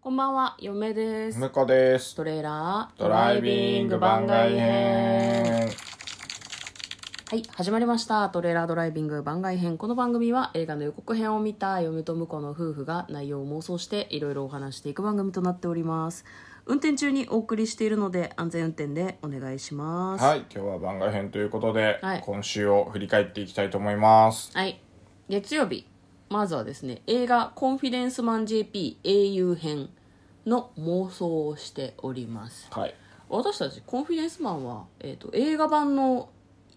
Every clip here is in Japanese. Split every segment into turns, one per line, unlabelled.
こんばんは、嫁です。
むこです。
トレーラード
ドライビング番外。編。
はい、始まりました。トレーラードライビング番外編。この番組は映画の予告編を見た嫁と婿の夫婦が内容を妄想していろいろお話していく番組となっております。運転中にお送りしているので安全運転でお願いします。
はい、今日は番外編ということで、
はい
今週を振り返っていきたいと思います。
はい、月曜日まずはですね映画「コンフィデンスマン JP 英雄編」の妄想をしております
はい。
私たちコンフィデンスマンは、えー、と映画版の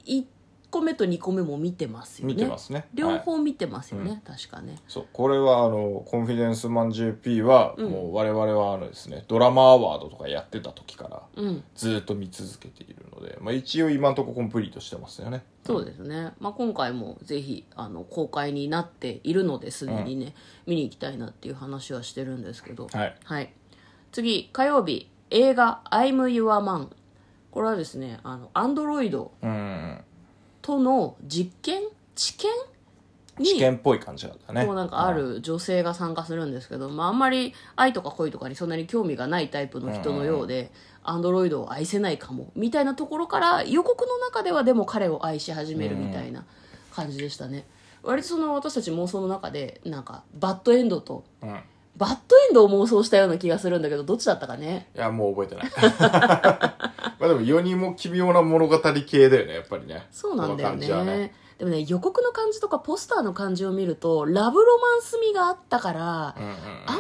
1個目と2個目も見てますよね
見てますね
両方見てますよね、確かね
そう、これはあの、コンフィデンスマン JP は、もう我々はあのですね、ドラマアワードとかやってた時から、
うん
ずっと見続けているので、まあ一応今のところコンプリートしてますよね。
そうですね、まあ、今回もぜひあの公開になっているのですでにね、見に行きたいなっていう話はしてるんですけど
はい
次火曜日映画「I'm Your Man」これはですねあのアンドロイド
うん。
との実験知見に
試験っぽい感じだったね。
こうなんかある女性が参加するんですけど、まあ、あんまり愛とか恋とかにそんなに興味がないタイプの人のようで、アンドロイドを愛せないかもみたいなところから予告の中ではでも彼を愛し始めるみたいな感じでしたね、割とその私たち妄想の中でなんかバッドエンドと
うん。うん。い
バッドエンドを妄想したような気がするんだけどどっちだったかね
や、もう覚えてない。 まあでも世にも奇妙な物語系だよね、やっぱりね。
そうなんだよね
この感じはね
でもね予告の感じとかポスターの感じを見るとラブロマンス味があったから、
うんうんうん。
あんま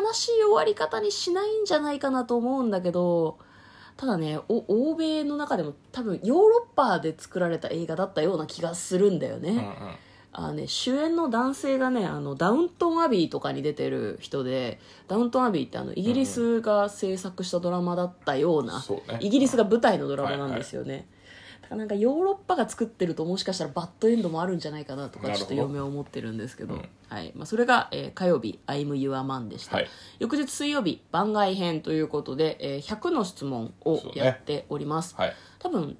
り悲しい終わり方にしないんじゃないかなと思うんだけどただねお欧米の中でも多分ヨーロッパで作られた映画だったような気がするんだよね、
うんうん。
あのね主演の男性がねあのダウントン・アビーとかに出てる人でダウントン・アビーってあのイギリスが制作したドラマだったような、
そうね
イギリスが舞台のドラマなんですよね、だからなんかヨーロッパが作ってるともしかしたらバッドエンドもあるんじゃないかなとか
なる
ちょ
ほ
っ
ど
と嫁は思ってるんですけど、
うん
はいまあ、それが、えー火曜日「I'm Your Man」でした、
はい
翌日水曜日番外編ということで、えー100の質問を
そうね
やっております、
はい。
多分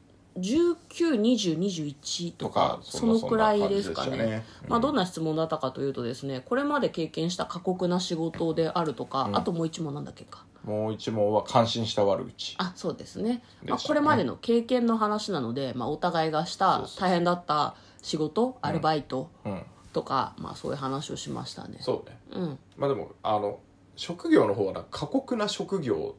192021とか
とか
そのくらいですか
そん
ね
な感じでしたねうん
まあ、どんな質問だったかというとですねこれまで経験した過酷な仕事であるとか、あともう一問なんだっけか
もう一問は感心した悪口。
あそうですね、まあ、
でしたね
これまでの経験の話なので、まあ、お互いがした大変だった仕事アルバイト
うん。
とか、まあ、そういう話をしましたね
そうね。
うん
まあでも、あの、職業の方はな過酷な職業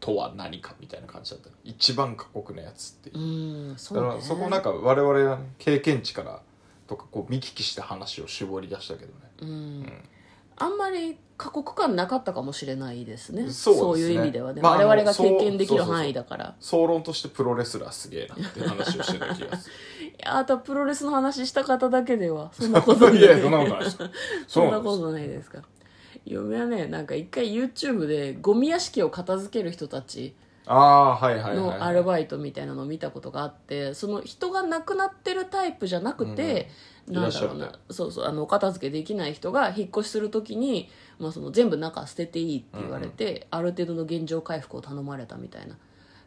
とは何かみたいな感じだったね。一番過酷なやつっていうう。
んそ
だ
う
か
ね
らそこなんか我々はね経験値からとかこう見聞きした話を絞り出したけどね。
うんあんまり過酷感なかったかもしれないですね
そうですね
いう意味ではね、
まああの
我々が経
そ
験
う
できる
そうそうそう
範囲だから
総論としてプロレスラーすげえなって話をしてた気が する。
いやあとはプロレスの話した方だけで はそんなことない
いや、そんなことないです。
そん
う
な
なんで
こ
す
とないですか嫁はねなんか一回 YouTube でゴミ屋敷を片付ける人たち
ああー、はいはいはい。
のアルバイトみたいなのを見たことがあってその人が亡くなってるタイプじゃなくて、
うん
なんだろう
いらっしゃ
な
るね
そうそうあのお片付けできない人が引っ越しするときに、まあ、その全部中捨てていいって言われて、ある程度の現状回復を頼まれたみたいな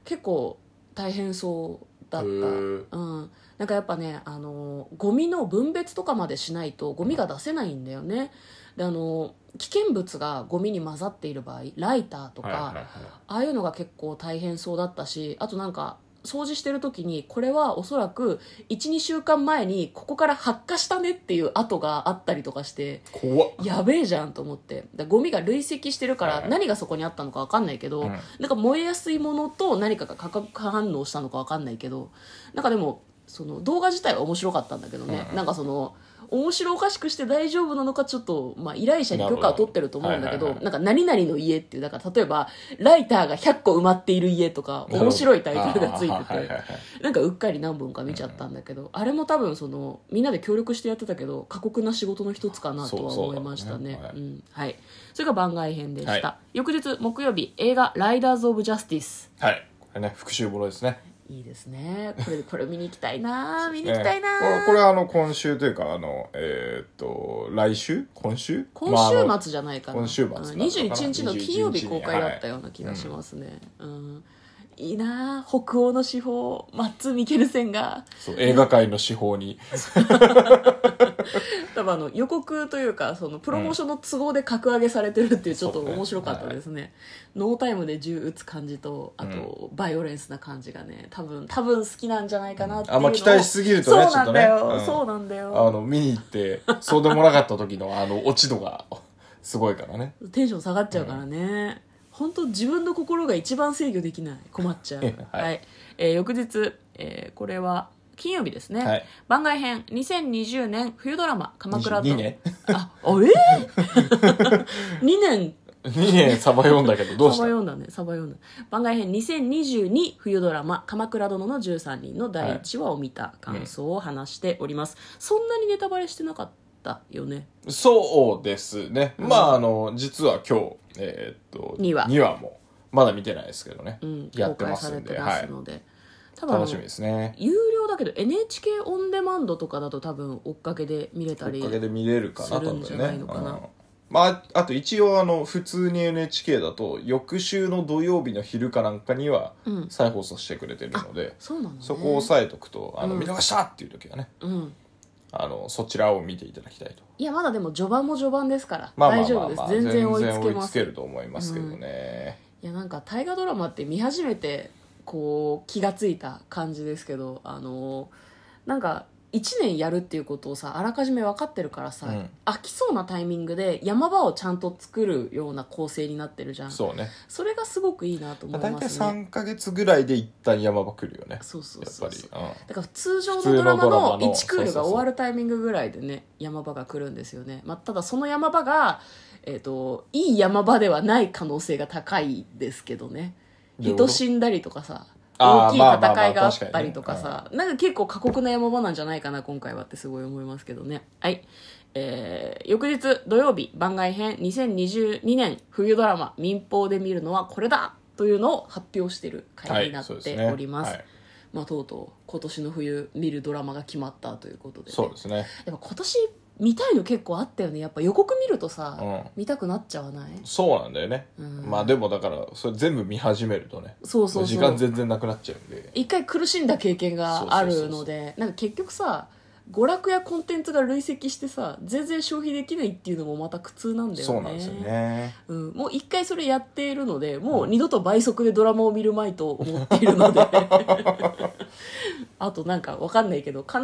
結構大変そうだった、
へー
うん、なんかやっぱねあのゴミの分別とかまでしないとゴミが出せないんだよねであの危険物がゴミに混ざっている場合ライターとか、
はいはいはい
ああいうのが結構大変そうだったしあとなんか掃除してる時にこれはおそらく12週間前にここから発火したねっていう跡があったりとかして
怖っ。
やべえじゃんと思ってだゴミが累積してるか
はい
ら
はい
何がそこにあったのか分かんないけど、
うん
なんか燃えやすいものと何かが化学反応したのか分かんないけどなんかでもその動画自体は面白かったんだけどね、なんかその面白おかしくして大丈夫なのかちょっと、まあ、依頼者に許可を取ってると思うんだけど
なるほどはいはいはい
なんか何々の家っていうだから例えばライターが100個埋まっている家とか面白いタイトルがつい
あーはい
て
はい
て
はい
なんかうっかり何本か見ちゃったんだけど、あれも多分そのみんなで協力してやってたけど過酷な仕事の一つかなとは
そう
思いましたね
そうだろう
う
ね
んはい、それが番外編でした、
は
翌日木曜日映画「ライダーズ・オブ・ジャスティス
はい。これね、復習ものですね。」
いいですねこ れこれ見に行きたいな見に行きたいな、
ええこれこれはあの今週というかあのえーっと来週今週
今
まああ
週
の
末じゃないかな、
今週末なのかな
21日の金曜日
21
公開だったような気がしますね、うんいいなあ北欧の司法マッツ・ミケルセンが
そう映画界の手法に
多分あの予告というかそのプロモーションの都合で格上げされてるっていうちょっと
そうね
面白かったですね,、ノータイムで銃撃つ感じとあと、バイオレンスな感じがね多分多分好きなんじゃないかなっていうのを
あんま期待しすぎるとね
そうなんだよ、
ちょっとねうん
そうなんだ
あ
よ
の見に行ってそうでもなかった時のあの落ち度が すごいからね
テンション下がっちゃうからね、本当自分の心が一番制御できない困っちゃう
はい
えー翌日、えーこれは金曜日ですね、
はい
番外編2020年冬ドラマ「鎌倉
2
殿」
年
ああえー、2年
2年サバ読んだけど
サ
どう
バ
した
読んだねサバ読んだ番外編2022冬ドラマ「鎌倉殿の13人」の第1話を見た感想を話しております、そんなにネタバレしてなかったよね
そうですね、
うん
まああの実は今日えーっと
二話
2話もまだ見てないですけどね、
うん
やっ
公
て
開
ま
さ
す
れ
ん
て
で、
ま
は
す
い、
ので、多分あの
楽しみですね
有料だけど NHK オンデマンドとかだと多分追っかけで見れたり
おかげで見れるかな
するんじゃないのかな
多分ねうんまあ、あと一応あの普通に NHK だと翌週の土曜日の昼かなんかには
うん
再放送してくれてるので、
そうなの、ね、
そこを押さえとくとあの、
うん
見逃したっていう時はね
うん
あのそちらを見ていただきたいと、
いやまだでも序盤も序盤ですから、
まあ、まあ
大丈
まあ
夫です
まあ
全然追いつ
全
け
然追
ま
いつ
す
けると思いますけどね、
いやなんか大河ドラマって見始めてこう気がついた感じですけどあのなんか1年やるっていうことをさあらかじめ分かってるからさ、
うん
飽きそうなタイミングで山場をちゃんと作るような構成になってるじゃんそ
そうね
れがすごくいいなと思い
大
ま
体
すね
3か月ぐらいで一旦山場来るよね
そうそう
やっ
そ
ぱ
う
り
そう
うん
だから通常のドラマの1クールが終わ
そうそうそ
るタイミングぐらいでね山場が来るんですよね、まあ、ただその山場が、えー、といい山場ではない可能性が高いですけどね
どういうこ
人
と
死んだりとかさ
あー
大きい
まあまあまあ
戦いがあったりと
確か
かさ
にね
なんか結構過酷な山場なんじゃないかな今回はってすごい思いますけどねはいえー翌日土曜日番外編2022年冬ドラマ「民放で見るのはこれだ!」というのを発表している回になっ
そうです
て
ね
おります、
はい
まあ、とうとう今年の冬見るドラマが決まったということで、ね、
そうですね
やっぱ今年見たいの結構あったよねやっぱ予告見るとさ、
うん
見たくなっちゃわない
そうなんだよね、
うん
まあでもだからそれ全部見始めるとね
そうそうそう
時間全然なくなっちゃうんで
一回苦しんだ経験があ
そう
る
そうそ
の
うそ
でなんか結局さ娯楽やコンテンツが累積してさ全然消費できないっていうのもまた苦痛なんだよね
そうなんですよね
うん、もう一回それやっているのでもう二度と倍速でドラマを見るまいと思っているのであとなんかわかんないけど必ず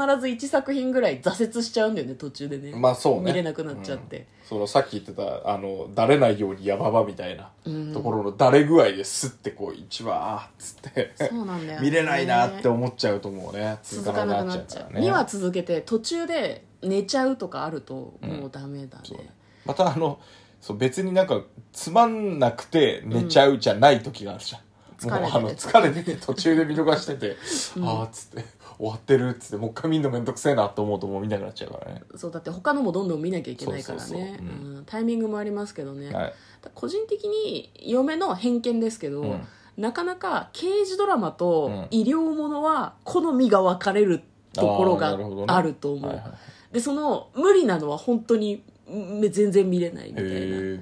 1作品ぐらい挫折しちゃうんだよね途中でね,、
まあそうね
見れなくなっちゃって、
そのさっき言ってたあのだれないように山場みたいな
うん
ところのだれ具合ですってこう一話あーっつって
そうなんだよ、ね、
見れないなって思っちゃうともうね
続かなくなっちゃう2話続けて途中で寝ちゃうとかあるともうダメだね,、
そうねまたあのそう別になんかつまんなくて寝ちゃうじゃない時があるじゃん、
うん
もうあの
疲
疲れてて途中で見逃して て、ああっつって終わってるっつってもう一回見んのめんどくせえなと思うともう見なくなっちゃうからね、
そうだって他のもどんどん見なきゃいけないからね
そうそうそうう
うんタイミングもありますけどね、
はい、
個人的に嫁の偏見ですけど、
うん
なかなか刑事ドラマ
う
と
ん
医療ものは好みが分かれるところ
あーな
が
るほどね
あると思う、
はいはい
でその無理なのは本当にめ全然見れないみたいな、
へ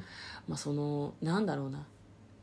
まあ、そのなんだろうな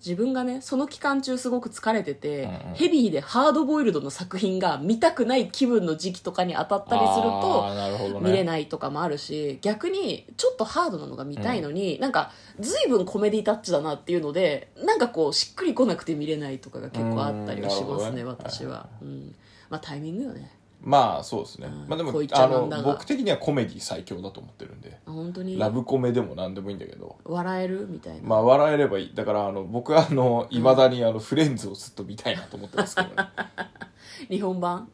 自分がねその期間中すごく疲れてて、
うんうん
ヘビーでハードボイルドの作品が見たくない気分の時期とかに当たったりすると
あーなるほどね
見れないとかもあるし逆にちょっとハードなのが見たいのに、なんか随分コメディタッチだなっていうのでなんかこうしっくりこなくて見れないとかが結構あったりはしますね
うんなるほどね
私は、うんまあタイミングよね
まあそうですね、
うん
まあでも
こう言っちゃ
あ
なんだ
の
が
僕的にはコメディ最強だと思ってるんで、
本当に
ラブコメでも何でもいいんだけど
笑えるみたいな、
まあ笑えればいいだからあの僕はあのいまだにあのフレンズをずっと見たいなと思ってますけど ね、
日本版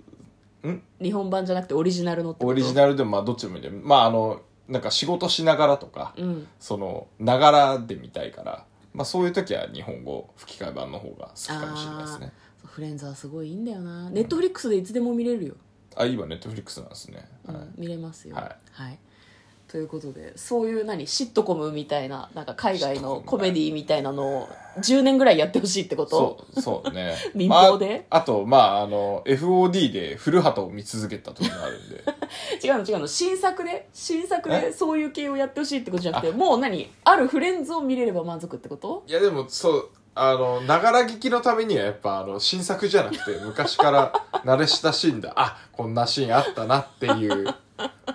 ん
日本版じゃなくてオリジナルのってこと
オリジナルでもまあどっちでもいいんでまああのなんか仕事しながらとか、
うん
そのながらで見たいからまあそういう時は日本語吹き替え版の方が好きかもしれないですね
あーフレンズはすごいいいんだよなネットフリックスでいつでも見れるよ、
あ今ネットフリックスなんですね、
うん
はい
見れますよ
はい、
ということでそういう何シットコムみたいななんか海外のコメディみたいなのを10年ぐらいやってほしいってこと
そうそうね
民放で
まあ、あとまああの FOD で古畑を見続けた時もある んで
違うの違うの新作で新作で
え
そういう系をやってほしいってことじゃなくてもう何あるフレンズを見れれば満足ってこと
いやでもそうあの、ながら聞きのためにはやっぱあの、新作じゃなくて、昔から慣れ親しんだ、あ、こんなシーンあったなっていう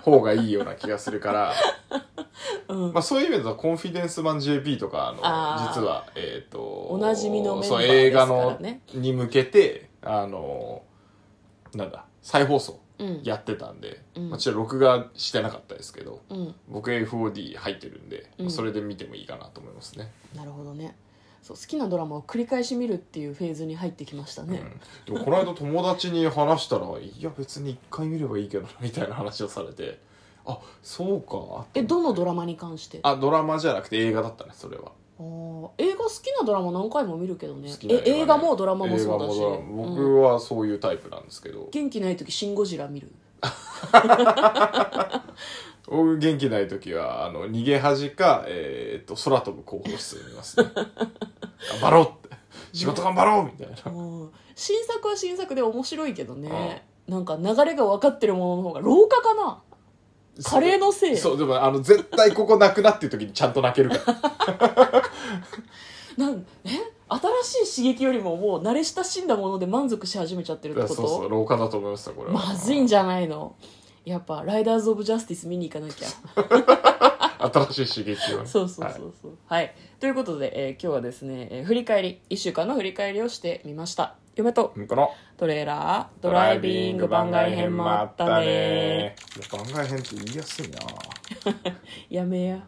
方がいいような気がするから、
うん
まあそういう意味だと、コンフィデンスマン JP とか、あの、
あー
実は、えっ、と、
おなじみのメンバ
そう、
ーで
映
すか
画
ら
の
ね、
に向けて、あの、なんだ、再放送
うん
やってたんで、
うん
まあちろん録画してなかったですけど、
うん、
僕 FOD 入ってるんで、
うん
それで見てもいいかなと思いますね。
なるほどねそう好きなドラマを繰り返し見るっていうフェーズに入ってきましたね、
うん、でもこの間友達に話したら「いや別に一回見ればいいけどな」みたいな話をされて「あそうか」
えどのドラマに関してあ
あドラマじゃなくて映画だったねそれは
ー映画好きなドラマ何回も見るけどね
好きな
え
映画ね
映画もドラマもそうだし
映画もドラマ
うん
僕はそういうタイプなんですけど、
元気ない時「シン・ゴジラ」見る
僕元気ない時はあの逃げ恥か、えーっと空飛ぶ広報室を 見ますね頑張ろうって仕事頑張ろうみたいな、
うん新作は新作で面白いけどねなんか流れが分かってるものの方が老化かなカレーのせい
そうでもあの絶対ここなくなっていう時にちゃんと泣けるから
なんえ新しい刺激よりももう慣れ親しんだもので満足し始めちゃってるって
いや
こ
そ
と
うそう廊下だと思いましたこれは
まずいんじゃないのやっぱ「ライダーズ・オブ・ジャスティス」見に行かなきゃ
新しい刺激をね
そうそうそうそうはい、ということで、えー今日はですね、えー振り返り1週間の振り返りをしてみました嫁と
はい、この
トレーラードライビング番外編もあったね
いや番外編って言いやすいな
やめや